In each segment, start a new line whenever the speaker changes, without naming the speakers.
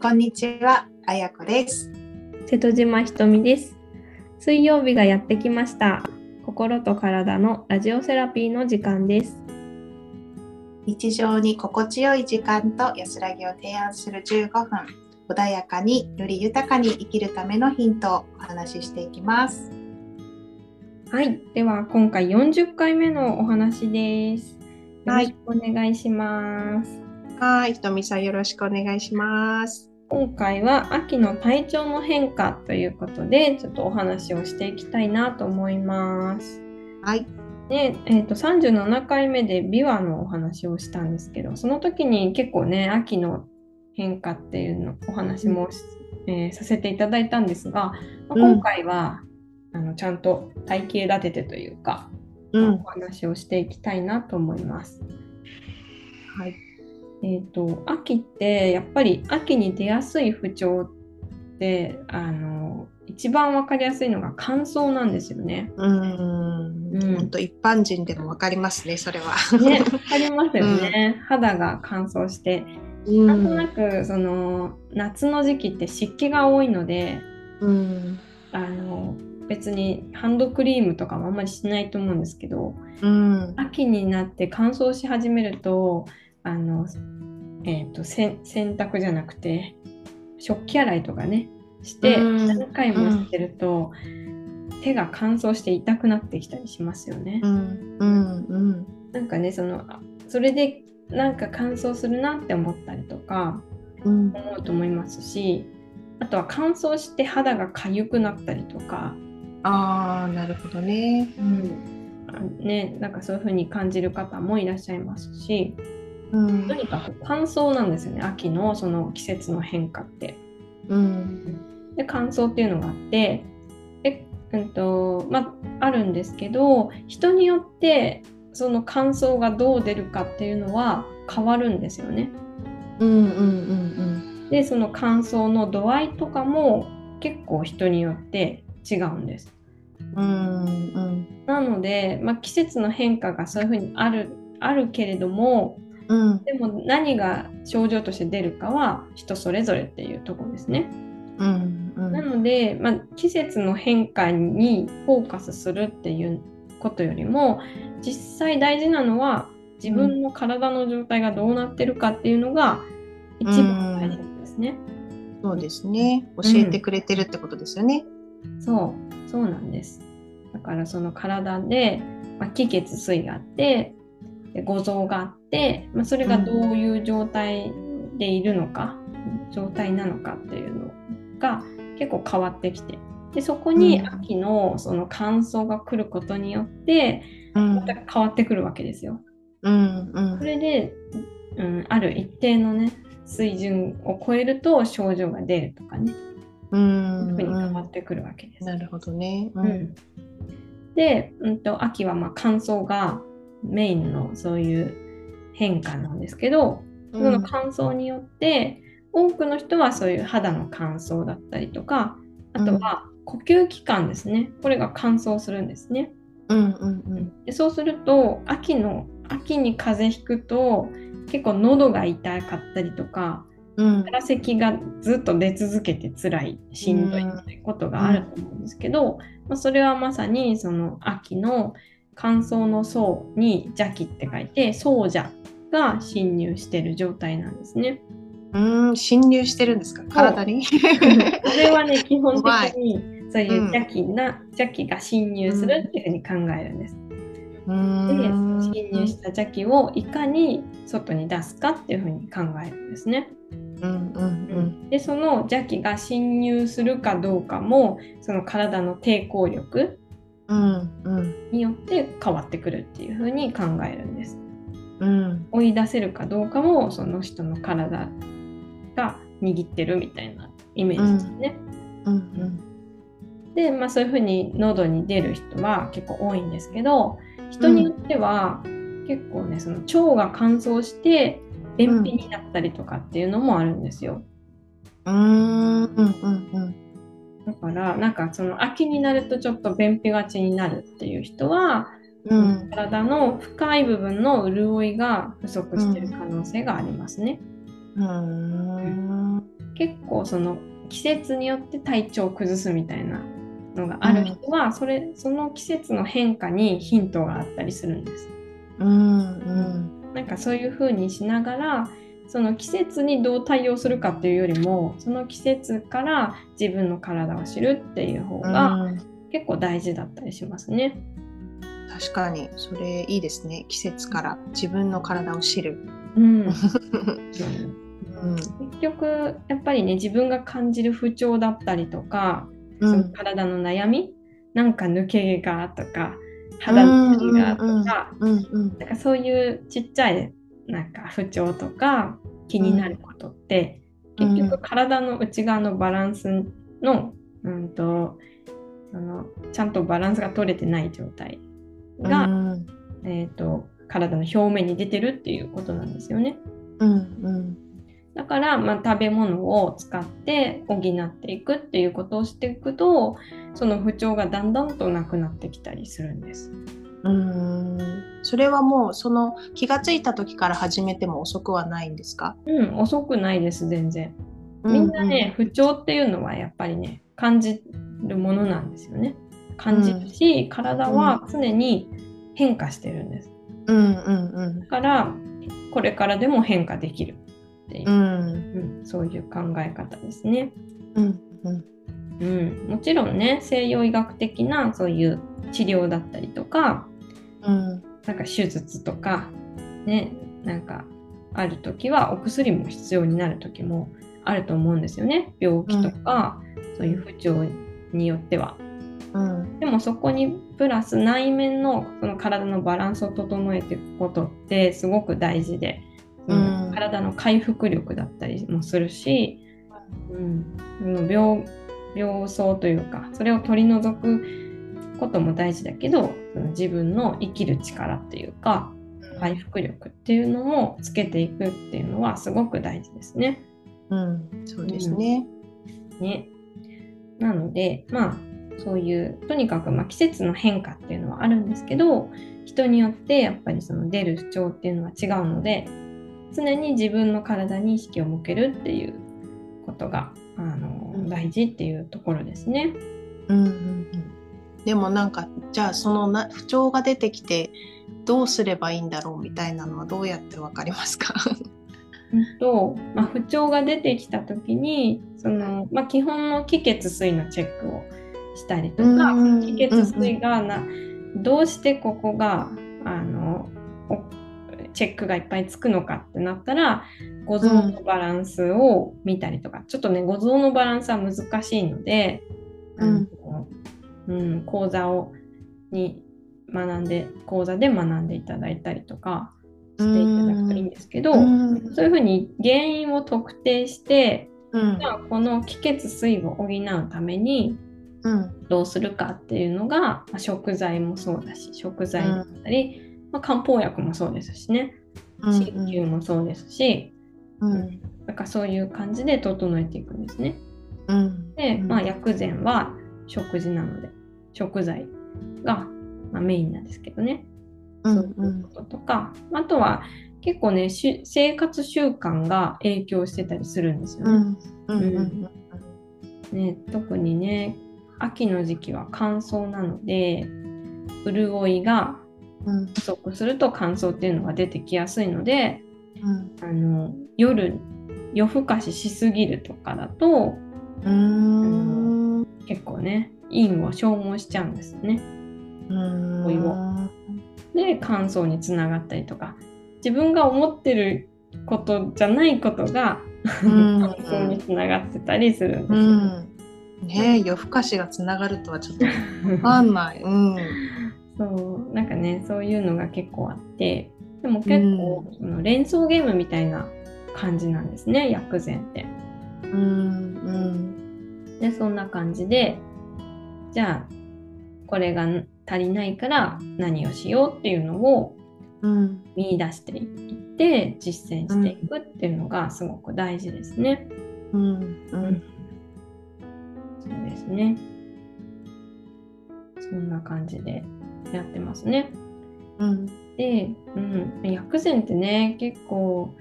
こんにちは、あやこです。
瀬戸島ひとみです。水曜日がやってきました。心と体のラジオセラピーの時間です。
日常に心地よい時間と安らぎを提案する15分、穏やかにより豊かに生きるためのヒントをお話ししていきます。
はい、では今回40回目のお話です。よ
は
ろ
い
しくお願いします。
はい、ひとみさんよろしくお願いします。
今回は秋の体調の変化ということで、ちょっとお話をしていきたいなと思います。
はい、
で、えー、と37回目で琵琶のお話をしたんですけどその時に結構ね秋の変化っていうのお話も、えーさせていただいたんですが、まあ
うん
今回は、あのちゃんと体系立ててというか、
うん
お、話をしていきたいなと思います。
はい、
えー、と秋ってやっぱり秋に出やすい不調ってあの一番わかりやすいのが乾燥なんですよね。
うー、
うんん
本当一般人でもわかりますね、それは。
ね、わかりますよね、肌が乾燥して
う、
なんとなんくその夏の時期って湿気が多いので
うん、
あの別にハンドクリームとかもあんまりしないと思うんですけど
うん、
秋になって乾燥し始めるとあの、えー、とせ洗濯じゃなくて食器洗いとかねして
うん
何回もしてると、手が乾燥して痛くなってきたりしますよね。
うん、うん、うん、
なんかねそのあそれでなんか乾燥するなって思ったりとか
うん、
思うと思いますしあとは乾燥して肌が痒くなったりとか、
ああ、なるほどね。
あね、なんかそういう風に感じる方もいらっしゃいますし
うん
と、にかく乾燥なんですよね秋のその季節の変化って。
うん、
で乾燥っていうのがあってで、うんとまあ、あるんですけど人によってその乾燥がどう出るかっていうのは変わるんですよね。
うん、うん、うん。
でその乾燥の度合いとかも結構人によって違うんです。
うん
なので、まあ、季節の変化がそういうふうにあるあるけれども
うん
でも何が症状として出るかは人それぞれっていうところですね。
うんう
なんので、まあ、季節の変化にフォーカスするっていうことよりも実際大事なのは自分の体の状態がどうなってるかっていうのが一番大事なんですね。
そうですね教えてくれてるってことですよね。
そう、そうなんです。だからその体で、まあ、気血水があって、で五臓があって、まあ、それがどういう状態でいるのか、状態なのかっていうのが結構変わってきて。でそこに
うん
秋のその乾燥が来ることによって
うん
また変わってくるわけですよ。
うんう
そ
ん
れで、うん、ある一定のね水準を超えると症状が出るとかね、
うん
そういうふうに変わ
う
ってくるわけです。
んなるほどね。う
うんん、で、うん、と秋はまあ乾燥がメインのそういう変化なんですけど、
う
その
ん
乾燥によって多くの人はそういう肌の乾燥だったりとかあとは呼吸器官ですねこれが乾燥するんですね。
うんうん
でそうすると秋の秋に風邪ひくと結構喉が痛かったりとか
うん
腹咳がずっと出続けて辛いしんどいってことがあると思うんですけど、まあ、それはまさにその秋の乾燥の層に邪気って書いて層邪が侵入してる状態なんです ね。
うん侵入してるんですか体に。
これはね基本的にそういう邪気な、邪気が侵入するっていうふうに考えるんです。
う
で
ん
侵入した邪気をいかに外に出すかっていうふうに考えるんですね。
うんうん
でその邪気が侵入するかどうかもその体の抵抗力
うんうんうん
によって変わってくるっていう風に考えるんです
うん
追い出せるかどうかもその人の体が握ってるみたいなイメージですね、
うん
で、まあ、そういう風に喉に出る人は結構多いんですけど人によっては結構ねその腸が乾燥して便秘になったりとかっていうのもあるんですよ、
うんうんうん
だからなんかその秋になるとちょっと便秘がちになるっていう人は、
うん
体の深い部分の潤いが不足してる可能性がありますね。
ううーん。
結構その季節によって体調を崩すみたいなのがある人は、それその季節の変化にヒントがあったりするんです。
うん。うん。
なんかそういう風にしながらその季節にどう対応するかっていうよりもその季節から自分の体を知るっていう方が
うん
結構大事だったりしますね。
確かに、それいいですね。季節から自分の体を知る。
うん、う
う
ん
ん。
結局やっぱりね自分が感じる不調だったりとか
う
その
ん。
体の悩み、なんか抜け毛がとか肌のりがとか,、
うんうんん
な
うん。うん。
んかそういうちっちゃいなんか不調とか気になることって、
うん
結局体の内側のバランスの,、うん、とそのちゃんとバランスが取れてない状態が、
うん。
えー、と体の表面に出てるっていうことなんですよね。
うん。うん。
だから、まあ、食べ物を使って補っていくっていうことをしていくとその不調がだんだんとなくなってきたりするんです。
うん。それはもう、その気がついた時から始めても遅くはないんですか。
うん遅くないです全然。みんなね、不調っていうのはやっぱりね感じるものなんですよね。感じるし、体は常に変化してるんです。
うん。うん。うん。
だからこれからでも変化できるっていう
う、ん。
うんそういう考え方ですね。
うん。うん。
うん、もちろんね西洋医学的なそういう治療だったりとか
うん。
なんか手術とかねなんかある時はお薬も必要になる時もあると思うんですよね病気とか、そういう不調によっては。
うん。
でもそこにプラス内面のその体のバランスを整えていくことってすごく大事で、その
うん
体の回復力だったりもするし、うん、その病病巣というかそれを取り除くことも大事だけどその自分の生きる力っていうか回復力っていうのもつけていくっていうのはすごく大事ですね。
うん。そうですね。
ね。なので、まあ、そういう、とにかく、まあ、季節の変化っていうのはあるんですけど、人によってやっぱりその出る不調っていうのは違うので、常に自分の体に意識を向けるっていうことが、あの
うん
大事っていうところですね。
うんうんうん、でもなんかじゃあそのな不調が出てきてどうすればいいんだろうみたいなのはどうやってわかりますか
うんと、まあ、不調が出てきた時に、その、まあ、基本の気血水のチェックをしたりとか、
うん
気血水がな、どうしてここがあのおチェックがいっぱいつくのかってなったら五臓のバランスを見たりとか、ちょっとね五臓のバランスは難しいので、
うん
あのうん講座をに学んで講座で学んでいただいたりとかしていただくといいんですけど、
うん
そういうふうに原因を特定して
うん
じゃあこの気血水を補うために
うん
どうするかっていうのが、まあ食材もそうだし食材だったり、まあ、漢方薬もそうですしね
うん
鍼灸もそうですし、
うん
なんかそういう感じで整えていくんですね。
うん
で、
うん
まあ、薬膳は食事なので食材が、まあ、メインなんですけどね、
うん
そういうこととかあとは結構ねし生活習慣が影響してたりするんですよ
う
ね。
んうんうん
ね、特にね秋の時期は乾燥なので潤いが
うん
不足すると乾燥っていうのが出てきやすいので
うん
あの夜夜更かししすぎるとかだと
うん
結構ね陰を消耗しちゃうんですね。
うん
お湯をで乾燥につながったりとか自分が思ってることじゃないことが
うん
乾燥につながってたりするんです
う
よ。
んねえ夜更かしがつながるとはちょっとわか んない。うん
そうなんかねそういうのが結構あってでも結構、その連想ゲームみたいな感じなんですね薬膳って。
うん
でそんな感じでじゃあこれが足りないから何をしようっていうのを
うんうん
見出していって実践していくっていうのがすごく大事ですね。
うんうん
そうですね。そんな感じでやってますね。
うん
で、うん、薬膳ってね結構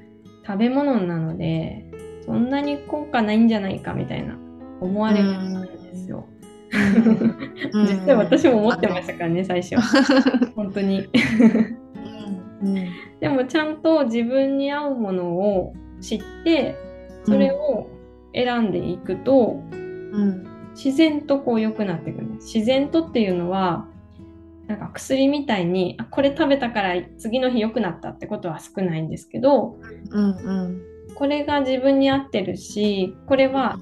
食べ物なのでそんなに効果ないんじゃないかみたいな思われるんですよ。実際私も思ってましたからね最初本当に
うんうん
でもちゃんと自分に合うものを知ってそれを選んでいくと、
うん
自然とこう良くなっていくんです自然とっていうのはなんか薬みたいにあこれ食べたから次の日良くなったってことは少ないんですけど
うんうん
これが自分に合ってるしこれは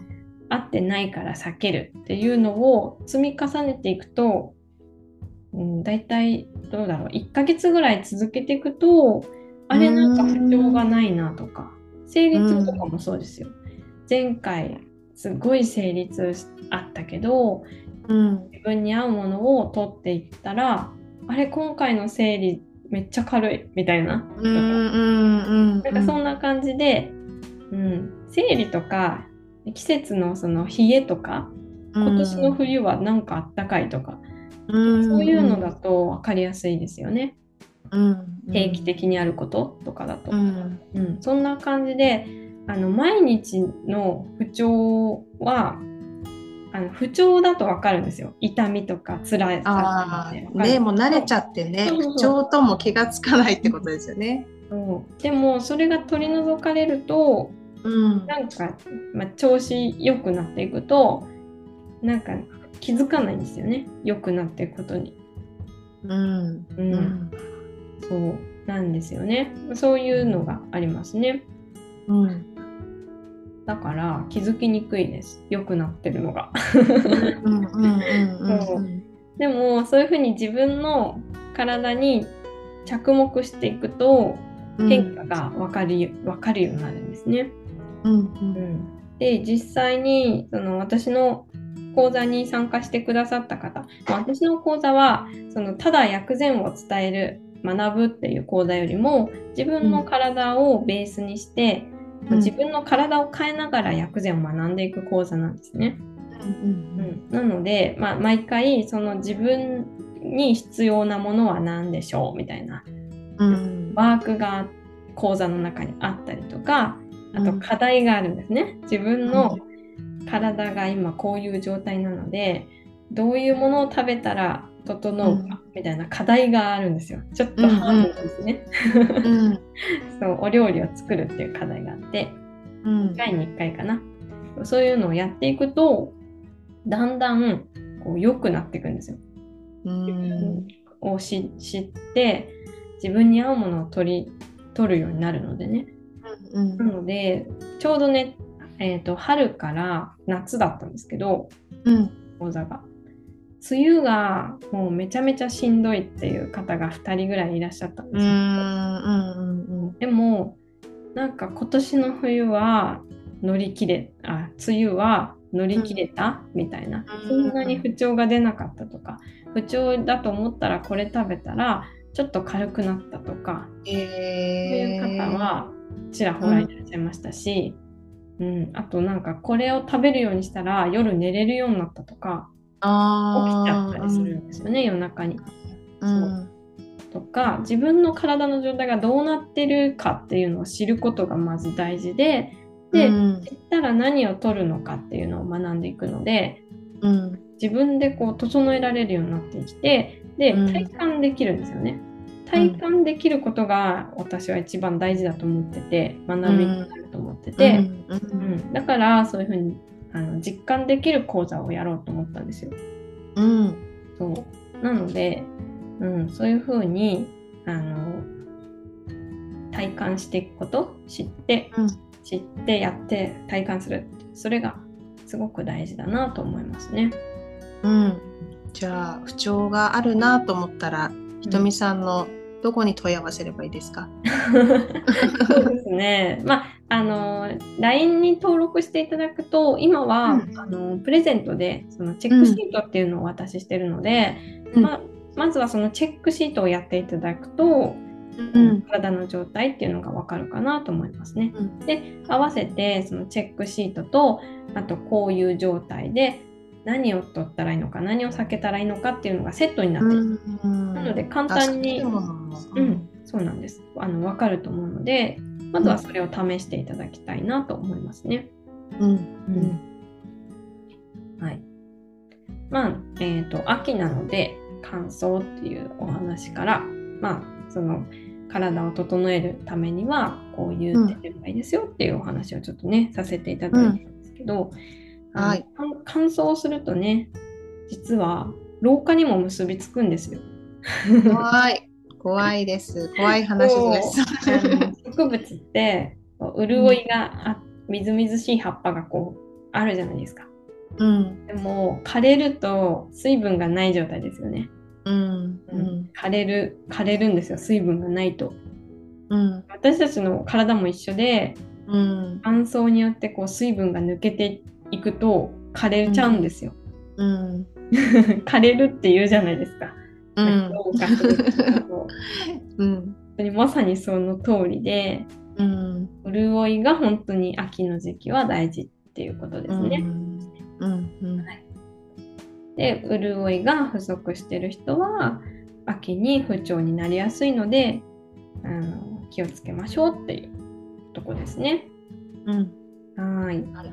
合ってないから避けるっていうのを積み重ねていくと、うん、大体どうだろう1ヶ月ぐらい続けていくとあれなんか不調がないなとか生理痛とかもそうですよ。前回すごい生理痛あったけど
うん
自分に合うものを取っていったらあれ今回の生理めっちゃ軽いみたいな
うんうんうん
なんかそんな感じで、うん、生理とか季節のその冷えとか今年の冬はなんかあったかいとか、そういうのだと分かりやすいですよね、定期的にあることとかだと、
うん
うん、そんな感じであの毎日の不調はあの不調だと分かるんですよ痛みとか辛い
ああ
わかる
ねもう慣れちゃってね
そうそう
不調とも気がつかないってことですよね。
そうでもそれが取り除かれると
うん
なんか、まあ、調子良くなっていくとなんか気づかないんですよね良くなっていくことに、
うん
うん
うん
そうなんですよねそういうのがありますね
うん
だから気づきにくいです良くなってるのが
うんうんうん
でもそういうふうに自分の体に着目していくと
うん
変化が分かる分かるようになるんですね、
うん
で実際にその私の講座に参加してくださった方、まあ私の講座はそのただ薬膳を伝える学ぶっていう講座よりも自分の体をベースにして、まあ
うん
自分の体を変えながら薬膳を学んでいく講座なんですね。
うんうん
なので、まあ、毎回その自分に必要なものは何でしょうみたいな
うん
ワークが講座の中にあったりとかあ
う
と
ん
課題があるんですね、自分の体が今こういう状態なのでどういうものを食べたら整うかみたいな課題があるんですよちょっとハードなんですね、
うん
そうお料理を作るっていう課題があって
うん
1回に1回かなそういうのをやっていくとだんだんこう良くなっていくんですよ
うん
をし知って自分に合うものを取り取るようになるのでね
うん
なのでちょうどね、えー、と春から夏だったんですけど
うん
講座が梅雨がもうめちゃめちゃしんどいっていう方が2人ぐらいいらっしゃったん
う
ですよ、
ん
でもなんか今年の冬は乗り切れあ梅雨は乗り切れた、みたいな
うん
そんなに不調が出なかったとか不調だと思ったらこれ食べたらちょっと軽くなったとかそうい
え
う方はちらほらいらっしゃいましたし、うんあとなんかこれを食べるようにしたら夜寝れるようになったとか起きちゃったりするんですよね夜中に。とか自分の体の状態がどうなってるかっていうのを知ることがまず大事でで、知ったら何を取るのかっていうのを学んでいくので自分でこう整えられるようになってきてで
うん
体感できるんですよね。体感できることが私は一番大事だと思ってて学びになると思ってて、うんだからそういうふうにあの実感できる講座をやろうと思ったんですよ。そうなので、うん、そういうふうにあの体感していくこと知って、
うん
知ってやって体感するってそれがすごく大事だなと思いますね。
じゃあ不調があるなと思ったらひとみさんのどこに問い合わせればいいですか
そうですね。まあ、あの、LINE に登録していただくと、今は、
うん
あのプレゼントで、そのチェックシートっていうのをお渡ししてるので、
うん
まあまずはそのチェックシートをやっていただくと、体の状態っていうのがわかるかなと思いますね。合わせて、そのチェックシートと、あとこういう状態で、何を取ったらいいのか、何を避けたらいいのかっていうのがセットになっている。なので、簡単に、うん、そうなんです。あの分かると思うので、まずはそれを試していただきたいなと思いますね。
うん
う、はい。まあ、えっ、と、秋なので、乾燥っていうお話から、まあ、その、体を整えるためには、こういう手順がいいですよっていうお話をちょっとね、させていただいたんですけど、あの
はい
乾乾燥するとね、実は、老化にも結びつくんですよ。
怖い怖いです怖い話です
あの植物ってこう潤いがあみずみずしい葉っぱがこうあるじゃないですか
うん
でも枯れると水分がない状態ですよね、
うんうん
枯れる枯れるんですよ水分がないと
うん
私たちの体も一緒で
うん
乾燥によってこう水分が抜けていくと枯れちゃうんですよ、
うん
枯れるって言うじゃないですか、
うん
老化するっていうこと
う
本
ん
当にまさにその通りで
うん
潤いが本当に秋の時期は大事っていうことですね。
うんうん
で潤いが不足してる人は秋に不調になりやすいのであの気をつけましょうっていうとこですね。
うん
はーい
なる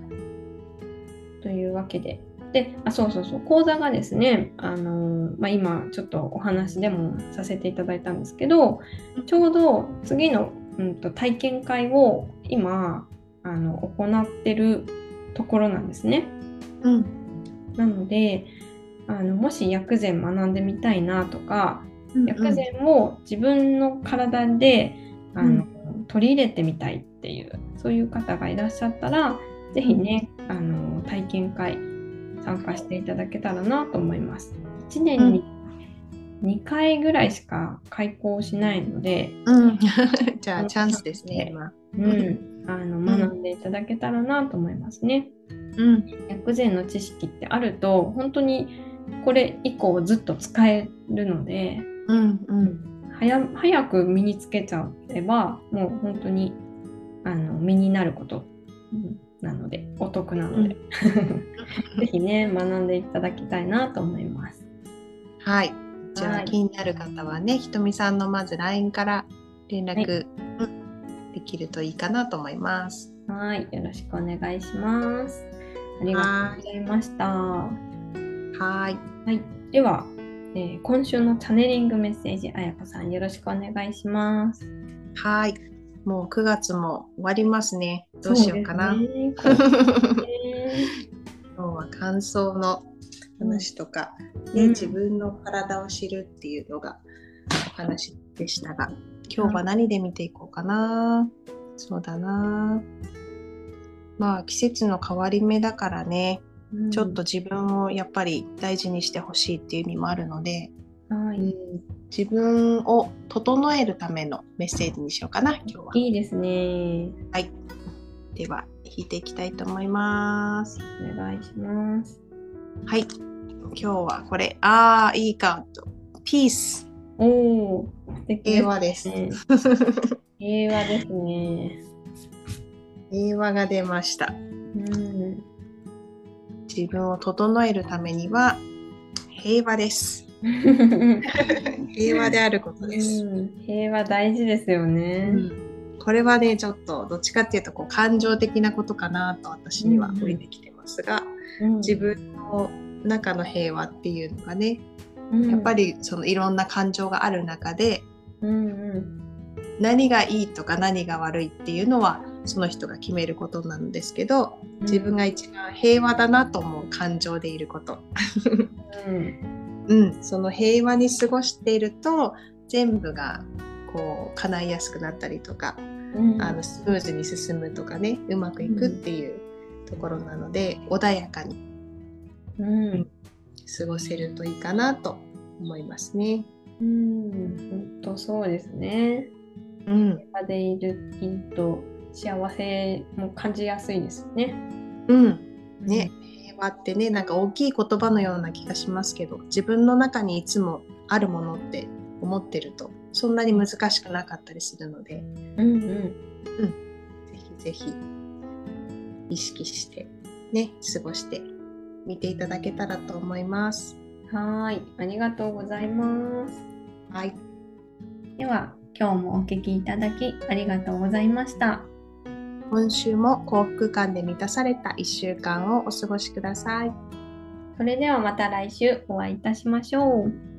というわけで。であそうそうそう講座がですね、あのまあ、今ちょっとお話でもさせていただいたんですけどちょうど次の、うん、と体験会を今あの行ってるところなんですね。
うん
なのであのもし薬膳学んでみたいなとか
うん
薬膳を自分の体で、あの
う
取り入れてみたいっていうそういう方がいらっしゃったら是非ね、あの体験会参加していただけたらなと思います。1年に2回ぐらいしか開講しないので、
うん、じゃあチャンスですね今
うん、あの学んでいただけたらなと思いますね。
うん
薬膳の知識ってあると本当にこれ以降ずっと使えるので
うんうん
早早く身につけちゃえばもう本当にあの身になることうんなのでお得なので、 ぜひね学んでいただきたいなと思います。
はいじゃ
は
あ
い
気になる方はねひとみさんのまず LINE から連絡うんできるといいかなと思います
はい、よろしくお願いします。ありがとうございました。は
はい
い、では、えー今週のチャネリングメッセージ、あやこさんよろしくお願いします。
はいもう9月も終わりますねどうしようかな
そうですね。ね
今日は乾燥の話とか、
う
ね
ん
自分の体を知るっていうのがお話でしたが今日は何で見ていこうかな、そうだなまあ季節の変わり目だからね、ちょっと、自分をやっぱり大事にしてほしいっていう意味もあるので、
は
うん
い、
自分を整えるためのメッセージにしようかな今日は。
いいですね。
では弾いていきたいと思います。
お願いします。
はい。今日はこれ、ああ、いいかと。ピース。
おお、素敵
平和です。
ね。平和ですね。
平和が出ました。
うん。
自分を整えるためには平和です。平和であることです。
うん平和大事ですよ
う
ね。
ん、これはね、ちょっとどっちかっていうとこう感情的なことかなと私には
うんうん
降りてきてますが、
うん
自分の中の平和っていうのがね、
うん
やっぱ、りそのいろんな感情がある中で、
うんうん
何がいいとか何が悪いっていうのはその人が決めることなんですけど、自分が、一番平和だなと思う感情でいること、
うん
うん、その平和に過ごしていると全部がこう叶いやすくなったりとか、
うん、
あのスムーズに進むとかねうまくいくっていうところなので、穏やかに
うん、
過ごせるといいかなと思いますね。
うん、本当そうですね。
うん、
平和でいるいると幸せも感じやすいですね。
うん、ね平和ってねなんか大きい言葉のような気がしますけど自分の中にいつもあるものって思ってるとそんなに難しくなかったりするので。
うんうん。
ぜひぜひ意識してね過ごして見ていただけたらと思います。
はーい、ありがとうございます。
はい、
では、今日もお聞きいただきありがとうございました。
今週も幸福感で満たされた1週間をお過ごしください。
それではまた来週お会いいたしましょう。